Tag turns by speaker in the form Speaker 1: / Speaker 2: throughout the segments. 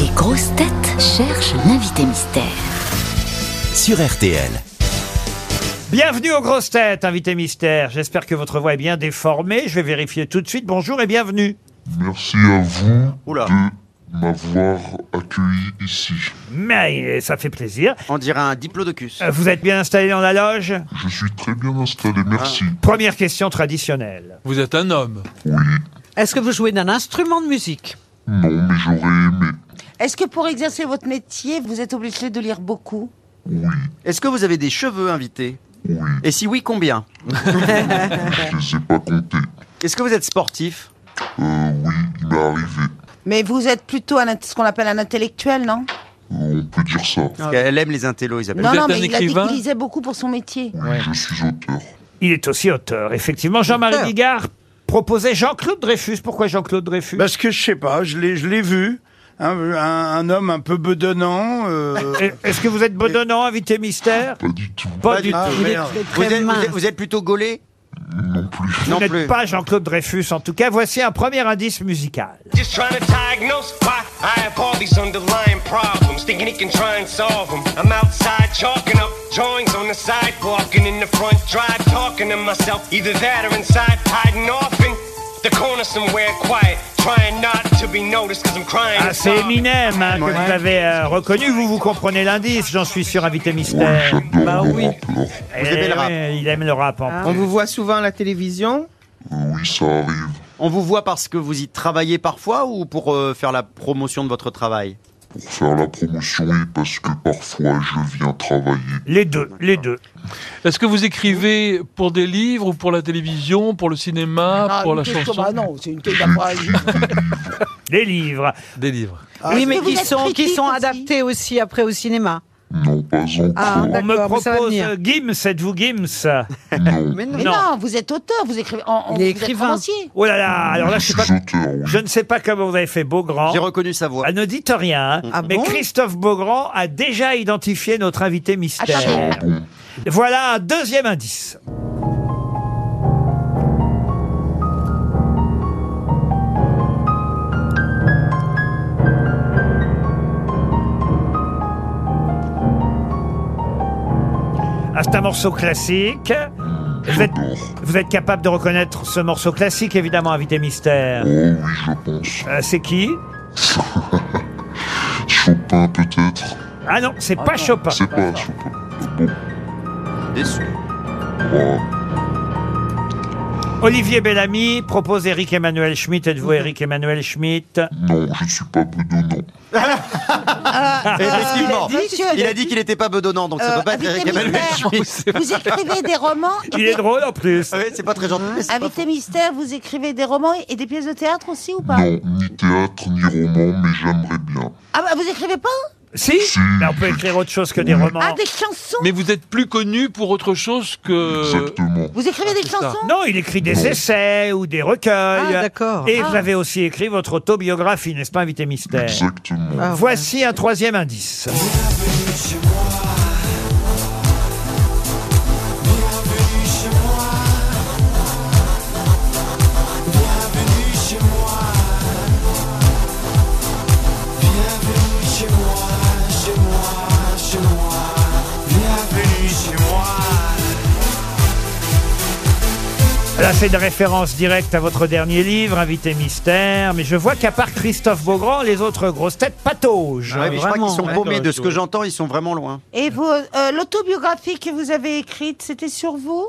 Speaker 1: Les grosses têtes cherchent l'invité mystère.
Speaker 2: sur RTL.
Speaker 3: Bienvenue aux grosses têtes, invité mystère. J'espère que votre voix est bien déformée. Je vais vérifier tout de suite. Bonjour et bienvenue.
Speaker 4: Merci à vous de m'avoir accueilli ici.
Speaker 3: Mais eh, ça fait plaisir.
Speaker 5: On dirait un diplodocus.
Speaker 3: Euh, Vous êtes bien installé dans la loge
Speaker 4: Je suis très bien installé, merci.
Speaker 3: Première question traditionnelle.
Speaker 6: Vous êtes un homme.
Speaker 7: Est-ce que vous jouez d'un instrument de musique
Speaker 4: Non, mais j'aurais aimé.
Speaker 8: Est-ce que pour exercer votre métier, vous êtes obligé de lire beaucoup
Speaker 5: Est-ce que vous avez des cheveux invités Et si oui, combien
Speaker 4: Je les ai pas comptés.
Speaker 5: Est-ce que vous êtes sportif
Speaker 4: Euh, oui, il m'est arrivé.
Speaker 8: Mais vous êtes plutôt un int- ce qu'on appelle un intellectuel, non
Speaker 4: Euh, on peut dire ça.
Speaker 5: Parce qu'elle aime les intellos, ils appellent.
Speaker 8: Non,
Speaker 6: êtes
Speaker 8: non,
Speaker 6: un
Speaker 8: mais il a dit
Speaker 6: écrivain
Speaker 8: qu'il lisait beaucoup pour son métier.
Speaker 4: Oui, je suis auteur.
Speaker 3: Il est aussi auteur, effectivement. Jean-Marie
Speaker 7: Auteur.
Speaker 3: Bigard proposait Jean-Claude Dreyfus. Pourquoi Jean-Claude Dreyfus
Speaker 5: Bah,
Speaker 9: Parce que je sais pas, je l'ai, je l'ai vu. Un, un- un homme un peu bedonnant. euh,
Speaker 3: Euh, Est-ce que vous êtes bedonnant, invité mystère
Speaker 4: Pas du tout,
Speaker 3: Pas
Speaker 5: Ah, Pas
Speaker 3: du
Speaker 5: du
Speaker 3: tout.
Speaker 5: tout. Ah,
Speaker 7: Il est
Speaker 9: ah, merde.
Speaker 7: très,
Speaker 5: Vous
Speaker 7: très
Speaker 5: êtes, vous
Speaker 7: mince.
Speaker 5: êtes- vous êtes plutôt gaulé
Speaker 4: non plus.
Speaker 5: Non
Speaker 3: Vous n'êtes
Speaker 5: plus.
Speaker 3: pas Jean-Claude Dreyfus, en tout cas. Voici un premier indice musical.
Speaker 10: Just trying to diagnose why I have all these underlying problems, thinking he can try and solve them. I'm outside chalking up drawings on the sidewalk and in the front drive talking to myself. Either that or inside hiding off in the corner somewhere quiet, trying not to be noticed because I'm crying.
Speaker 3: Ah,
Speaker 10: and
Speaker 3: c'est
Speaker 10: sobbing.
Speaker 3: Eminem hein, que vous avez euh, reconnu. Vous vous comprenez l'indice, j'en suis sûr, invité
Speaker 4: Oui,
Speaker 3: mystère.
Speaker 4: Oh, j'adore
Speaker 7: bah
Speaker 4: le
Speaker 7: oui. Ah.
Speaker 4: rappeur.
Speaker 3: Eh
Speaker 5: aimez le
Speaker 3: oui, il aime le rap. hein. en plus.
Speaker 7: On
Speaker 5: vous voit souvent à la télévision
Speaker 4: Euh, oui, ça arrive.
Speaker 5: On vous voit parce que vous y travaillez parfois ou pour euh, faire la promotion de votre travail
Speaker 4: Pour faire la promotion, et parce que parfois je viens travailler.
Speaker 3: Les deux, les deux.
Speaker 6: Est-ce que vous écrivez pour des livres ou pour la télévision, pour le cinéma,
Speaker 11: Ah,
Speaker 6: pour la chanson
Speaker 7: non, c'est une
Speaker 4: J'écris des livres.
Speaker 3: Les livres.
Speaker 6: Des livres.
Speaker 7: Oui, mais
Speaker 8: Est-ce que
Speaker 7: qui
Speaker 8: vous êtes
Speaker 7: sont, qui
Speaker 8: critique
Speaker 7: sont
Speaker 8: aussi
Speaker 7: adaptés aussi après au cinéma.
Speaker 4: Non, pas encore.
Speaker 7: Ah,
Speaker 3: On me
Speaker 7: D'accord, mais ça va
Speaker 3: propose
Speaker 7: venir.
Speaker 3: euh, Gims, êtes-vous Gims
Speaker 4: non,
Speaker 7: Mais non.
Speaker 8: Mais
Speaker 3: Non.
Speaker 8: non. vous êtes auteur, vous écrivez. En, en-
Speaker 7: Il est
Speaker 8: vous êtes
Speaker 7: écrivain.
Speaker 8: romancier.
Speaker 3: Oh là là, alors là, je,
Speaker 4: je
Speaker 3: sais pas,
Speaker 4: suis auteur, oui.
Speaker 3: je ne sais pas comment vous avez fait Beaugrand.
Speaker 5: J'ai reconnu sa voix.
Speaker 3: Ah, ne dites rien, hein.
Speaker 7: Ah
Speaker 3: mais
Speaker 7: bon
Speaker 3: Christophe Beaugrand a déjà identifié notre invité
Speaker 7: Ah,
Speaker 3: mystère.
Speaker 8: Attendez.
Speaker 4: Bon,
Speaker 3: Voilà un deuxième indice. Ah, c'est un morceau classique. Vous êtes,
Speaker 4: j'adore.
Speaker 3: vous êtes capable de reconnaître ce morceau classique, évidemment, invité mystère.
Speaker 4: Oh oui, je pense.
Speaker 3: Euh, c'est qui
Speaker 4: Chopin peut-être
Speaker 3: Ah non, c'est pas Chopin.
Speaker 4: C'est pas Chopin. Bon,
Speaker 5: Ah, Déçu.
Speaker 4: bah,
Speaker 3: Olivier Bellamy propose Eric Emmanuel Schmitt. Êtes-vous Eric Emmanuel Schmitt
Speaker 4: non, je ne suis pas bedonnant.
Speaker 5: Effectivement.
Speaker 8: Ah, Monsieur,
Speaker 5: Ah, Il a dit qu'il n'était pas bedonnant, donc ça
Speaker 8: Euh,
Speaker 5: peut pas être
Speaker 8: invité
Speaker 5: Eric Emmanuel
Speaker 8: mystère.
Speaker 5: Schmitt.
Speaker 8: Vous écrivez des romans. et
Speaker 3: Il
Speaker 8: des-
Speaker 3: est drôle en plus.
Speaker 5: Ah
Speaker 7: Euh,
Speaker 5: Ouais, c'est pas très gentil. mais c'est pas
Speaker 8: Invité mystère, vous écrivez des romans et des pièces de théâtre aussi ou pas
Speaker 4: Non, ni théâtre, ni roman, mais j'aimerais bien.
Speaker 8: Ah bah vous écrivez pas
Speaker 3: Si Là, on peut écrire autre chose que des
Speaker 8: Ah
Speaker 3: romans.
Speaker 8: des chansons
Speaker 6: Mais vous êtes plus connu pour autre chose
Speaker 3: Euh,
Speaker 6: que.
Speaker 4: Exactement.
Speaker 8: Vous
Speaker 7: Ah,
Speaker 8: écrivez des
Speaker 6: c'est ça.
Speaker 8: chansons
Speaker 3: Non, il écrit des essais ou des recueils.
Speaker 7: Ah, d'accord.
Speaker 3: Et vous avez aussi écrit votre autobiographie, n'est-ce pas, invité mystère
Speaker 4: Exactement.
Speaker 7: Ah, ouais.
Speaker 3: Voici un troisième indice. Là, c'est une référence directe à votre dernier livre, Invité Mystère. Mais je vois qu'à part Christophe Beaugrand, les autres grosses têtes pataugent.
Speaker 5: Ah ouais, mais je crois
Speaker 7: vraiment,
Speaker 5: qu'ils sont
Speaker 7: ouais.
Speaker 5: paumés. De ce que j'entends, ils sont vraiment loin.
Speaker 8: Et vos- euh, l'autobiographie que vous avez écrite, c'était sur vous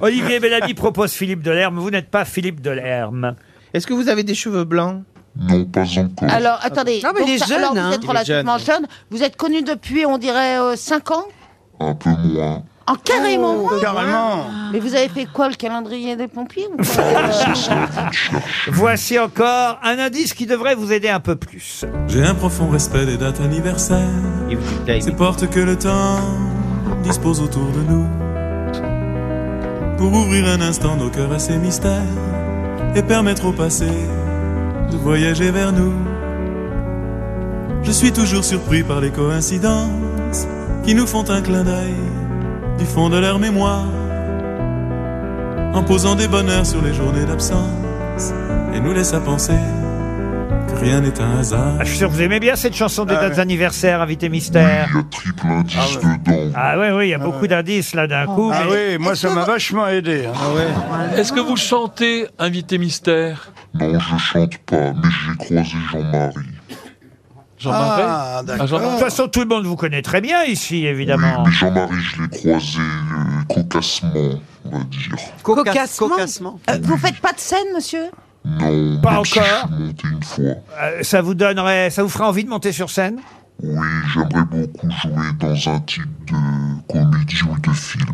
Speaker 3: Olivier Bellamy propose Philippe Delerme. Vous n'êtes pas Philippe Delerme.
Speaker 7: Est-ce que vous avez des cheveux blancs
Speaker 4: Non, pas encore.
Speaker 8: Alors, attendez.
Speaker 7: Non, mais
Speaker 8: donc
Speaker 7: il est
Speaker 8: ça-
Speaker 7: jeune,
Speaker 8: alors,
Speaker 7: hein.
Speaker 8: vous êtes relativement jeune. Vous êtes connu depuis, on dirait, 5 ans
Speaker 4: Un peu moins.
Speaker 8: En carrément moins.
Speaker 7: Oh.
Speaker 9: carrément.
Speaker 8: Mais vous avez fait quoi, le calendrier des pompiers ou quoi
Speaker 3: Voici encore un indice qui devrait vous aider un peu plus.
Speaker 12: J'ai un profond respect des dates anniversaires, ces portes que le temps dispose autour de nous, pour ouvrir un instant nos cœurs à ces mystères et permettre au passé de voyager vers nous. Je suis toujours surpris par les coïncidences qui nous font un clin d'œil du fond de leur mémoire, en posant des bonheurs sur les journées d'absence et nous laisse à penser que rien n'est un hasard.
Speaker 3: Ah, je suis sûr que vous aimez bien cette chanson des dates anniversaires, invité mystère.
Speaker 4: Triple indice dedans.
Speaker 3: Ah oui, oui, il y a beaucoup d'indices là d'un coup.
Speaker 9: Ah
Speaker 3: mais-
Speaker 9: oui, moi ça m'a vachement aidé. hein.
Speaker 11: Ah
Speaker 6: Est-ce que vous chantez Invité Mystère
Speaker 4: Non, je chante pas, mais j'ai croisé Jean-Marie.
Speaker 6: Jean Marais
Speaker 9: Ah,
Speaker 3: Ah, Jean- De toute façon, tout le monde vous connaît très bien ici, évidemment.
Speaker 4: Mais Jean-Marie, je l'ai croisé euh, cocassement, on va dire.
Speaker 8: Cocassement. Euh, vous faites pas de scène, monsieur
Speaker 4: Non,
Speaker 3: Pas
Speaker 4: même si
Speaker 3: encore.
Speaker 4: je suis monté une fois.
Speaker 3: Euh, ça vous donnerait, ça vous fera envie de monter sur scène
Speaker 4: Oui, j'aimerais beaucoup jouer dans un titre de comédie ou de film.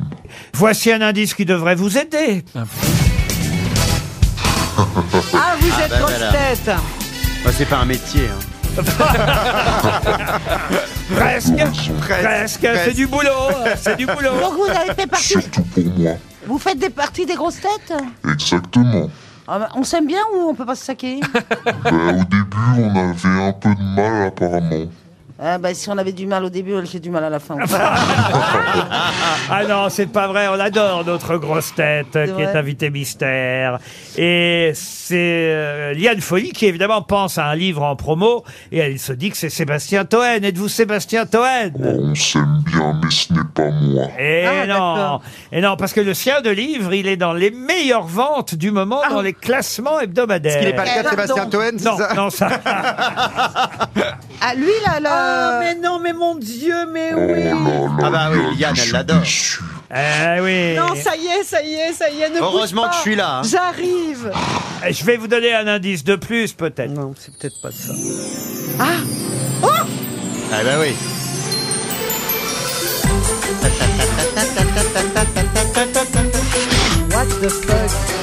Speaker 3: Voici un indice qui devrait vous aider.
Speaker 7: Ah, vous
Speaker 5: Ah,
Speaker 7: êtes
Speaker 5: bah,
Speaker 7: grosse
Speaker 5: voilà.
Speaker 7: tête
Speaker 5: Bah, c'est pas un métier. hein.
Speaker 3: Presque, presque, c'est du boulot, c'est du boulot.
Speaker 8: Donc vous avez fait partie.
Speaker 4: Surtout pour moi.
Speaker 8: Vous faites des parties des grosses têtes
Speaker 4: Exactement.
Speaker 8: Ah bah, On s'aime bien ou on peut pas se saquer
Speaker 4: Bah, au début, on avait un peu de mal apparemment.
Speaker 8: Ah bah, Si on avait du mal au début, j'ai du mal à la fin.
Speaker 7: bah.
Speaker 3: Ah non, c'est pas vrai, on adore notre grosse tête euh, qui est
Speaker 8: vrai.
Speaker 3: invitée mystère. Et c'est euh, Liane Folly qui évidemment pense à un livre en promo et elle se dit que c'est Sébastien Toen. Êtes-vous Sébastien Toen
Speaker 4: On s'aime bien, mais ce n'est pas moi.
Speaker 3: et
Speaker 7: Ah,
Speaker 3: non,
Speaker 7: d'accord.
Speaker 3: et non, parce que le sien de livre, il est dans les meilleures ventes du moment
Speaker 7: Ah.
Speaker 3: dans les classements hebdomadaires.
Speaker 5: Est-ce qu'il est pas le cas de Sébastien Toen, c'est
Speaker 3: Non,
Speaker 5: ça
Speaker 3: non, ça.
Speaker 8: Ah, lui, là,
Speaker 7: Ah,
Speaker 8: là.
Speaker 7: mais non, mais mon Dieu, mais
Speaker 4: Oh là
Speaker 7: oui
Speaker 4: là,
Speaker 5: Ah bah oui,
Speaker 4: Yann,
Speaker 5: Yann,
Speaker 4: je
Speaker 5: elle
Speaker 4: suis
Speaker 5: l'adore.
Speaker 4: déçu.
Speaker 3: Eh oui.
Speaker 7: Non, ça y est, ça y est, ça y est, ne bouge
Speaker 5: Heureusement
Speaker 7: pas.
Speaker 5: que je suis là, hein.
Speaker 7: J'arrive
Speaker 3: Eh, Je vais vous donner un indice de plus, peut-être.
Speaker 7: Non, c'est peut-être pas ça.
Speaker 5: Ah bah oui.
Speaker 7: What the fuck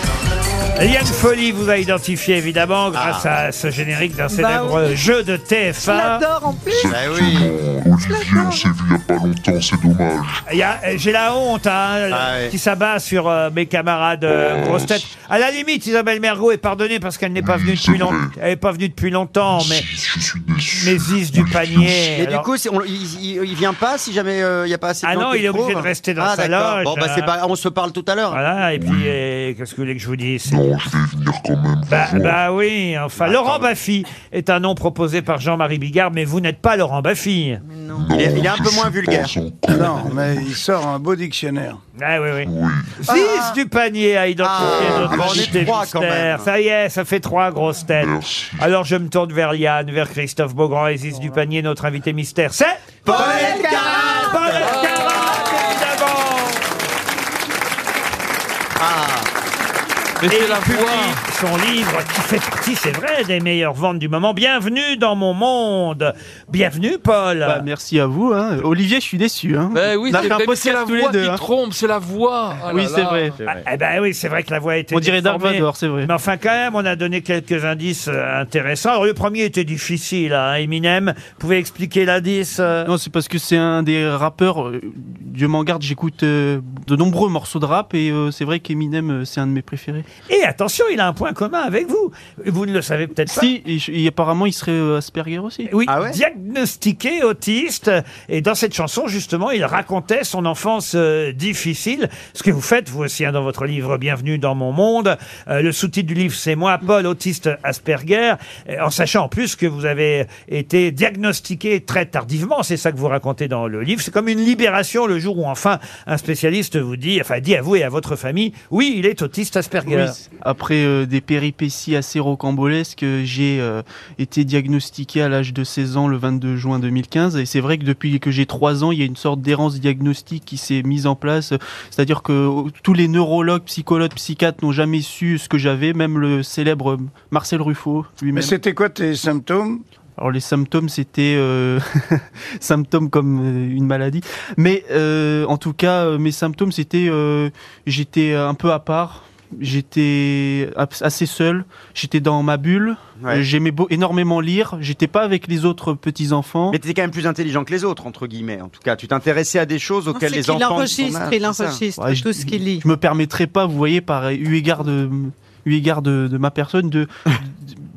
Speaker 3: Yann Folly vous a identifié,
Speaker 5: Ah.
Speaker 3: évidemment, grâce à ce générique d'un célèbre jeu de
Speaker 7: Je
Speaker 3: TF1.
Speaker 7: l'adore en plus
Speaker 5: Bah oui.
Speaker 4: Exactement. Olivier, on hein. s'est vu il n'y a pas longtemps, c'est dommage.
Speaker 3: Il y a- euh, J'ai la honte, hein,
Speaker 5: Ah
Speaker 3: euh,
Speaker 5: ouais. Oh,
Speaker 3: qui s'abat sur euh, mes camarades euh, grosses têtes. À la limite, Isabelle Mergot est pardonnée parce qu'elle n'est pas
Speaker 4: Oui,
Speaker 3: venue
Speaker 4: c'est
Speaker 3: depuis
Speaker 4: vrai.
Speaker 3: longtemps. Elle est pas venue depuis longtemps, mais
Speaker 4: Si, je suis déçu.
Speaker 3: mais Ziz du panier.
Speaker 5: Mais
Speaker 3: alors-
Speaker 5: du coup, si on- il, il- il vient pas si jamais euh, il y a pas assez de
Speaker 3: Ah
Speaker 5: gens
Speaker 3: non,
Speaker 5: qui
Speaker 3: il
Speaker 5: le
Speaker 3: est obligé
Speaker 5: trouvent
Speaker 3: de rester dans
Speaker 5: ah,
Speaker 3: sa
Speaker 5: d'accord.
Speaker 3: loge,
Speaker 5: Bon, bah, c'est
Speaker 3: euh.
Speaker 5: pas, on se parle tout à l'heure.
Speaker 3: Voilà, et puis, euh, qu'est-ce que vous voulez que je vous dise c'est-
Speaker 4: Non, je vais venir quand même. vous
Speaker 3: Bah,
Speaker 4: voir.
Speaker 3: bah oui, enfin, Laurent Baffy est un nom proposé par Jean-Marie Bigard, mais vous n'êtes pas Laurent Baffy.
Speaker 4: Non,
Speaker 5: il est- il est un
Speaker 4: je
Speaker 5: peu moins
Speaker 4: suis
Speaker 5: vulgaire.
Speaker 4: pas encore.
Speaker 9: Non, mais il sort un beau dictionnaire.
Speaker 3: Ah oui, oui.
Speaker 4: Oui.
Speaker 3: Ziz du panier a identifié
Speaker 5: Ah,
Speaker 3: notre
Speaker 5: bah on est
Speaker 3: invité
Speaker 5: trois, quand
Speaker 3: mystère.
Speaker 5: même.
Speaker 3: Ça y est, ça fait trois grosses têtes.
Speaker 4: Merci.
Speaker 3: Alors je me tourne vers Liane, vers Christophe Beaugrand et Ziz du panier, notre invité mystère. C'est Paul Elkarat Paul Elkarat, évidemment
Speaker 5: Ah.
Speaker 6: Mais
Speaker 3: Et
Speaker 6: c'est
Speaker 3: il
Speaker 6: la
Speaker 3: publie
Speaker 6: voix.
Speaker 3: son livre qui fait partie, c'est vrai, des meilleures ventes du moment. Bienvenue dans mon monde Bienvenue, Paul
Speaker 5: Bah,
Speaker 11: merci à vous. hein. Olivier, je suis déçu. Hein.
Speaker 6: Ben oui,
Speaker 11: On a
Speaker 6: c'est
Speaker 11: fait un
Speaker 6: mais c'est
Speaker 11: podcast
Speaker 6: la
Speaker 11: tous les
Speaker 6: voix
Speaker 11: deux.
Speaker 6: qui
Speaker 11: hein.
Speaker 6: trompe, c'est la voix. Ah
Speaker 11: Oui,
Speaker 6: là
Speaker 11: c'est
Speaker 6: là.
Speaker 11: vrai. c'est
Speaker 3: Ah,
Speaker 11: vrai.
Speaker 3: eh ben oui, c'est vrai que la voix a été
Speaker 11: On dirait Dark
Speaker 3: déformée.
Speaker 11: Vador, c'est vrai.
Speaker 3: Mais enfin, quand même, on a donné quelques indices euh, intéressants. Alors, le premier était difficile, hein, Eminem. Vous pouvez expliquer l'indice euh,
Speaker 11: Non, c'est parce que c'est un des rappeurs. euh, Dieu m'en garde, j'écoute euh, de nombreux morceaux de rap et euh, c'est vrai qu'Eminem, euh, c'est un de mes préférés.
Speaker 3: Et attention, il a un point commun avec vous. Vous ne le savez peut-être pas.
Speaker 11: Si, et, je- et apparemment, il serait euh, Asperger aussi.
Speaker 3: Oui,
Speaker 5: Ah ouais
Speaker 3: diagnostiqué autiste. Et dans cette chanson, justement, il racontait son enfance euh, difficile. Ce que vous faites, vous aussi, hein, dans votre livre Bienvenue dans mon monde. Euh, le sous-titre du livre, c'est moi, Paul, autiste Asperger. Euh, En sachant en plus que vous avez été diagnostiqué très tardivement. C'est ça que vous racontez dans le livre. C'est comme une libération le jour où enfin un spécialiste vous dit, enfin dit à vous et à votre famille, oui, il est autiste Asperger.
Speaker 11: Après euh, des péripéties assez rocambolesques, euh, j'ai euh, été diagnostiqué à l'âge de 16 ans le 22 juin 2015. Et c'est vrai que depuis que j'ai 3 ans, il y a une sorte d'errance diagnostique qui s'est mise en place. Euh, C'est-à-dire que euh, tous les neurologues, psychologues, psychiatres n'ont jamais su ce que j'avais, même le célèbre euh, Marcel Ruffo
Speaker 9: Mais
Speaker 11: lui-même.
Speaker 9: c'était quoi tes symptômes
Speaker 11: Alors les symptômes, c'était euh, symptômes comme euh, une maladie. Mais euh, en tout cas, euh, mes symptômes, c'était euh, j'étais un peu à part, j'étais abs- assez seul, j'étais dans ma bulle,
Speaker 5: Ouais.
Speaker 11: euh, j'aimais beau- énormément lire, j'étais pas avec les autres petits enfants.
Speaker 5: Mais t'étais quand même plus intelligent que les autres, entre guillemets, en tout cas. Tu t'intéressais à des choses auxquelles
Speaker 7: C'est
Speaker 5: les
Speaker 7: qu'il
Speaker 5: enfants. de son
Speaker 7: enregistre,
Speaker 5: âge,
Speaker 7: il
Speaker 5: c'est ça.
Speaker 7: enregistre
Speaker 11: Ouais, je-
Speaker 7: tout ce qu'il lit.
Speaker 11: Je me permettrais pas, vous voyez, par eu égard de eu égard de, de ma personne, de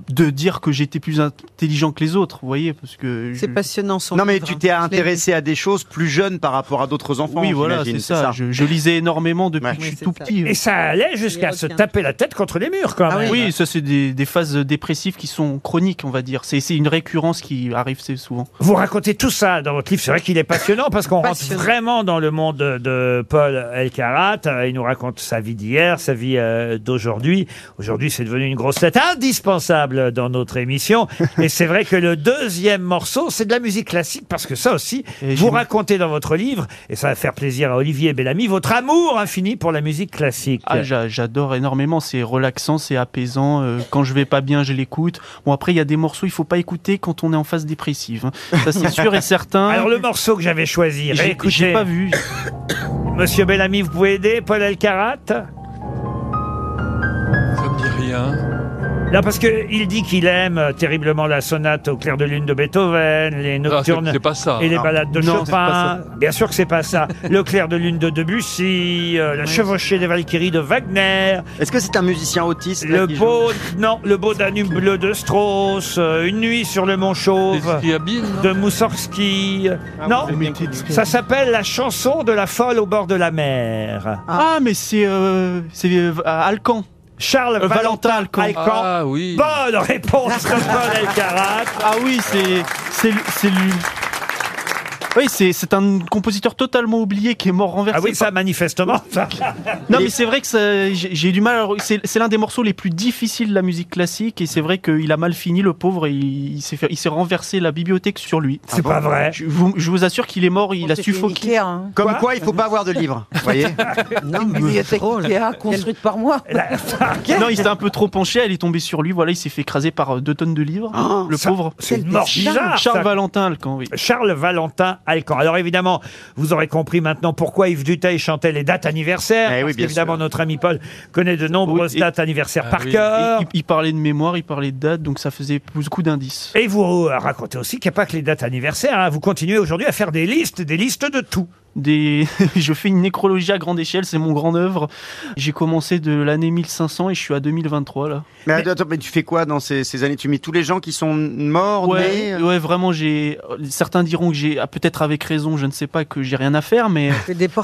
Speaker 11: de dire que j'étais plus intelligent que les autres, vous voyez, parce que
Speaker 8: C'est
Speaker 11: je-
Speaker 8: passionnant son
Speaker 5: Mm. Non, mais
Speaker 8: livre,
Speaker 5: tu
Speaker 8: hein.
Speaker 5: t'es
Speaker 8: Je l'ai
Speaker 5: intéressé à des choses plus jeunes par rapport à d'autres enfants.
Speaker 11: Oui, voilà, c'est
Speaker 5: j'imagine,
Speaker 11: ça. Je, je lisais énormément depuis que je suis tout petit.
Speaker 3: Et ça allait jusqu'à se taper la tête contre les murs, quand
Speaker 11: Ah
Speaker 3: même.
Speaker 11: oui. ça c'est des, des phases euh, dépressives qui sont chroniques, on va dire. C'est c'est une récurrence qui arrive c'est souvent.
Speaker 3: Vous racontez tout ça dans votre livre. C'est vrai qu'il est passionnant parce qu'on rentre vraiment dans le monde de, de Paul Elkarat. Euh, Il nous raconte sa vie d'hier, sa vie euh, d'aujourd'hui. Aujourd'hui, c'est devenu une grosse tête indispensable dans notre émission. Et c'est vrai que le deuxième morceau, c'est de la musique classique parce que ça aussi, vous racontez dans votre livre, et ça va faire plaisir à Olivier Bellamy, votre amour infini pour la musique classique.
Speaker 11: Ah, j'a- j'adore énormément, c'est relaxant, c'est apaisant. euh, quand je vais pas bien, je l'écoute. Bon, après, il y a des morceaux, il faut pas écouter quand on est en phase dépressive. hein. Ça, c'est sûr et certain.
Speaker 3: Alors le morceau que j'avais choisi,
Speaker 11: J'ai- j'ai
Speaker 3: réécoutez.
Speaker 11: pas vu.
Speaker 3: Monsieur Bellamy, vous pouvez aider Paul Elkarat
Speaker 6: Ça me dit rien.
Speaker 3: Non, parce que il dit qu'il aime euh, terriblement la sonate au clair de lune de Beethoven, les nocturnes
Speaker 6: Ah, c'est- c'est pas ça.
Speaker 3: et les
Speaker 6: Non.
Speaker 3: ballades de
Speaker 6: Non, c'est
Speaker 3: Chopin.
Speaker 6: pas
Speaker 3: Bien sûr que c'est pas ça. Le clair de lune de Debussy, euh, la chevauchée des Valkyries de Wagner.
Speaker 5: Est-ce que c'est un musicien autiste
Speaker 3: Le beau, non, le beau Danube bleu de Strauss, euh, une nuit sur le mont Chauve de Moussorski.
Speaker 11: Ah,
Speaker 3: non, ça s'appelle la chanson de la folle au bord de la mer.
Speaker 11: Ah, mais c'est euh, c'est euh, Alcan.
Speaker 3: Charles
Speaker 11: Euh, Valentin Alcan.
Speaker 6: Ah oui.
Speaker 3: Bonne réponse de Paul Elkarat.
Speaker 11: Ah oui, c'est c'est lui- c'est lui. Oui, c'est c'est un compositeur totalement oublié qui est mort renversé.
Speaker 3: Ah oui, ça manifestement.
Speaker 11: Ah Non, mais c'est vrai que ça- j'ai j'ai eu du mal. à- C'est c'est l'un des morceaux les plus difficiles de la musique classique, et c'est vrai qu'il a mal fini, le pauvre, et il, il s'est fait- il s'est renversé la bibliothèque sur lui.
Speaker 3: C'est pas vrai.
Speaker 11: Je vous, je vous assure qu'il est mort, il a
Speaker 8: s'est fait
Speaker 11: suffoqué.
Speaker 8: niquer, Oh, hein.
Speaker 5: Comme quoi, il faut pas avoir de livres. vous voyez
Speaker 8: Non, une bibliothèque Ikea construite par moi.
Speaker 11: Non, il s'était un peu trop penché, elle est tombée sur lui, voilà, il s'est fait écraser par euh, deux tonnes de livres, le pauvre.
Speaker 3: Ah, C'est une mort bizarre.
Speaker 11: Charles
Speaker 3: ça.
Speaker 11: Valentin Alcan, oui.
Speaker 3: Charles Valentin Alcan. Alors évidemment, vous aurez compris maintenant pourquoi Yves Duteil chantait les dates anniversaires.
Speaker 11: Eh oui,
Speaker 3: parce
Speaker 11: bien
Speaker 3: qu'évidemment, notre ami Paul connaît de nombreuses
Speaker 11: et-
Speaker 3: dates anniversaires par
Speaker 11: Et-
Speaker 3: cœur.
Speaker 11: et- Ah il, parlait de mémoire, il parlait de date, donc ça faisait beaucoup d'indices.
Speaker 3: Et vous euh, racontez aussi qu'il n'y a pas que les dates anniversaires. hein. Vous continuez aujourd'hui à faire des listes, des listes de tout.
Speaker 11: Des... je fais une nécrologie à grande échelle, c'est mon grand œuvre. J'ai commencé de l'année 1500 et je suis à 2023 là.
Speaker 5: Mais attends, mais tu fais quoi dans ces, ces années Tu mets tous les gens qui sont morts, nés, euh?
Speaker 11: Ouais, ouais, vraiment, j'ai. Certains diront que j'ai, ah, peut-être avec raison, je ne sais pas, que j'ai rien à faire, mais.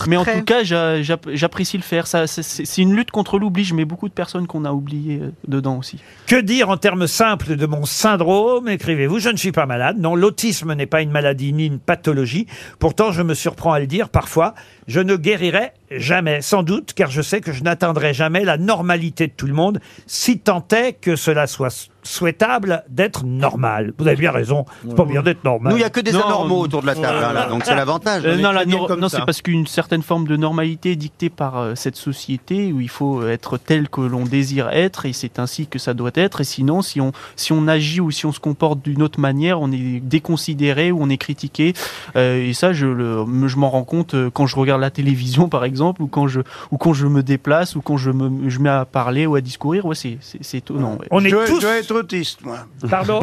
Speaker 11: Mais en tout cas, j'a- j'a- j'apprécie le faire. Ça, c'est- c'est c'est une lutte contre l'oubli. Je mets beaucoup de personnes qu'on a oubliées euh, dedans aussi.
Speaker 3: Que dire en termes simples de mon syndrome Écrivez-vous, je ne suis pas malade. Non, l'autisme n'est pas une maladie ni une pathologie. Pourtant, je me surprends à le dire parfois. Je ne guérirai jamais, sans doute, car je sais que je n'atteindrai jamais la normalité de tout le monde, si tant est que cela soit souhaitable d'être normal. Vous avez bien raison, c'est pas bien d'être normal.
Speaker 5: Nous, il y a que des anormaux autour de la table, hein, là, donc c'est l'avantage.
Speaker 11: Euh,
Speaker 5: On est
Speaker 11: Bah, non, la
Speaker 5: très bien
Speaker 11: nor-
Speaker 5: comme
Speaker 11: non,
Speaker 5: ça.
Speaker 11: c'est parce qu'une certaine forme de normalité est dictée par euh, cette société où il faut être tel que l'on désire être et c'est ainsi que ça doit être. Et sinon, si on, si on agit ou si on se comporte d'une autre manière, on est déconsidéré ou on est critiqué. Euh, et ça, je, le- me- je m'en rends compte euh, quand je regarde la télévision, par exemple, ou quand je, ou quand je me déplace, ou quand je me je mets à parler ou à discourir. Ouais, c'est, c'est, c'est étonnant. ouais.
Speaker 9: je dois, je dois être autiste, moi.
Speaker 3: Pardon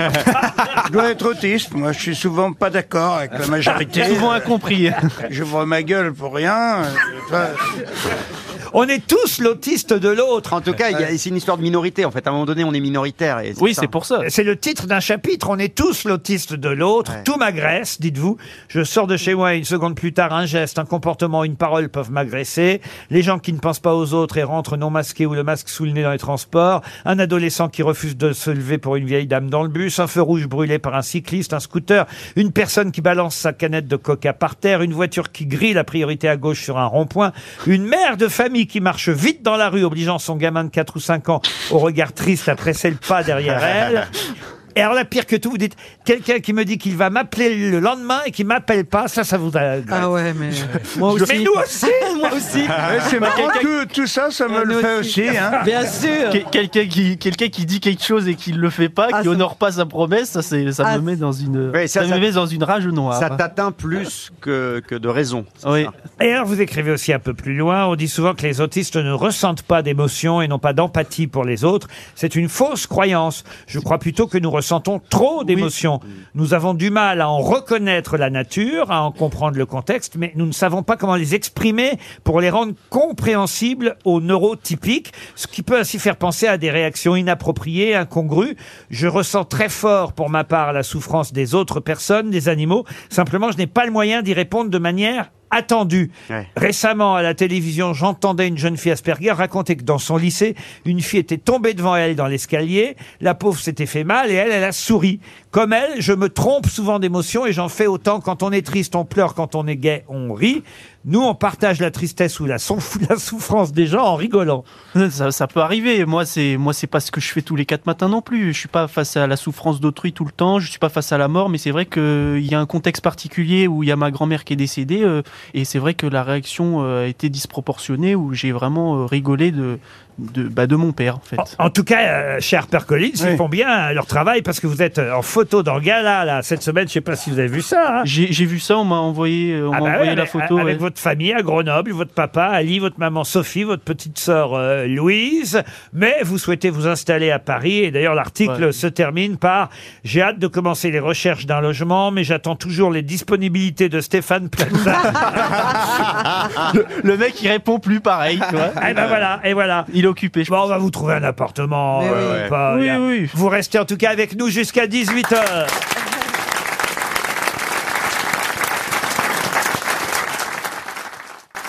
Speaker 9: Je dois être autiste, moi. Je suis souvent pas d'accord avec la majorité.
Speaker 11: Souvent incompris.
Speaker 9: J'ouvre ma gueule pour rien.
Speaker 3: On est tous l'autiste de l'autre.
Speaker 5: En tout cas, il y a- c'est une histoire de minorité. En fait, à un moment donné, on est minoritaire. Et
Speaker 3: C'est le titre d'un chapitre. On est tous l'autiste de l'autre. Tout m'agresse, dites-vous. Je sors de chez moi et une seconde plus tard, un geste, un comportement, une parole peuvent m'agresser. Les gens qui ne pensent pas aux autres et rentrent non masqués ou le masque sous le nez dans les transports. Un adolescent qui refuse de se lever pour une vieille dame dans le bus. Un feu rouge brûlé par un cycliste, un scooter. Une personne qui balance sa canette de coca par terre. Une voiture qui grille la priorité à gauche sur un rond-point. Une mère de famille qui marche vite dans la rue, obligeant son gamin de 4 ou 5 ans au regard triste à presser le pas derrière elle. Et alors, la pire que tout, vous dites, quelqu'un qui me dit qu'il va m'appeler le lendemain et qui m'appelle pas, ça, ça vous agresse. Ah
Speaker 8: ouais, mais.
Speaker 3: Moi aussi. Mais nous aussi
Speaker 8: Moi aussi.
Speaker 9: Ouais, Ah, c'est
Speaker 11: Bah,
Speaker 9: marrant que tout ça, ça me le fait aussi.
Speaker 5: Euh,
Speaker 9: hein.
Speaker 11: Quel- Quelqu'un qui, quelqu'un qui dit quelque chose et qui ne le fait pas, qui honore pas sa promesse, ça, c'est, ça
Speaker 5: Ah,
Speaker 11: me met dans une,
Speaker 5: Ouais,
Speaker 11: ça,
Speaker 5: ça, ça-
Speaker 11: me met dans une rage noire.
Speaker 5: Ça t'atteint plus que, que de raison. c'est ça.
Speaker 3: Et alors, vous écrivez aussi un peu plus loin, on dit souvent que les autistes ne ressentent pas d'émotion et n'ont pas d'empathie pour les autres. C'est une fausse croyance. Je crois plutôt que nous ressentons trop d'émotions. Nous avons du mal à en reconnaître la nature, à en comprendre le contexte, mais nous ne savons pas comment les exprimer pour les rendre compréhensibles aux neurotypiques, ce qui peut ainsi faire penser à des réactions inappropriées, incongrues. Je ressens très fort, pour ma part, la souffrance des autres personnes, des animaux. Simplement, je n'ai pas le moyen d'y répondre de manière attendu. Récemment, à la télévision, j'entendais une jeune fille Asperger raconter que dans son lycée, une fille était tombée devant elle dans l'escalier, la pauvre s'était fait mal et elle, elle a souri. Comme elle, je me trompe souvent d'émotion et j'en fais autant quand on est triste, on pleure, quand on est gai, on rit. Nous, on partage la tristesse ou la, souf- la souffrance des gens en rigolant.
Speaker 11: Ça, ça peut arriver. Moi, c'est moi, c'est pas ce que je fais tous les quatre matins non plus. Je suis pas face à la souffrance d'autrui tout le temps. Je suis pas face à la mort, mais c'est vrai qu'il y a un contexte particulier où il y a ma grand-mère qui est décédée, euh, et c'est vrai que la réaction euh, a été disproportionnée, où j'ai vraiment euh, rigolé de de, bah, de mon père en fait.
Speaker 3: En tout cas, euh, cher Percolis, ils font bien euh, leur travail parce que vous êtes euh, en photo dans le gala là, cette semaine. Je sais pas si vous avez vu ça. hein.
Speaker 11: J'ai j'ai vu ça. On m'a envoyé, euh, on m'a envoyé la photo.
Speaker 3: Ah bah Avec
Speaker 11: ouais.
Speaker 3: votre famille à Grenoble, votre papa Ali, votre maman Sophie, votre petite sœur euh, Louise. Mais vous souhaitez vous installer à Paris. Et d'ailleurs, l'article se termine par « J'ai hâte de commencer les recherches d'un logement, mais j'attends toujours les disponibilités de Stéphane Plaza.
Speaker 11: le, le mec, il répond plus pareil. tu vois. »
Speaker 3: Et ben voilà, et voilà.
Speaker 11: Il est occupé.
Speaker 3: Bon, on va vous trouver un appartement.
Speaker 11: Mais
Speaker 3: euh,
Speaker 11: oui.
Speaker 3: pas-
Speaker 11: Oui,
Speaker 3: Vous restez en tout cas avec nous jusqu'à 18h.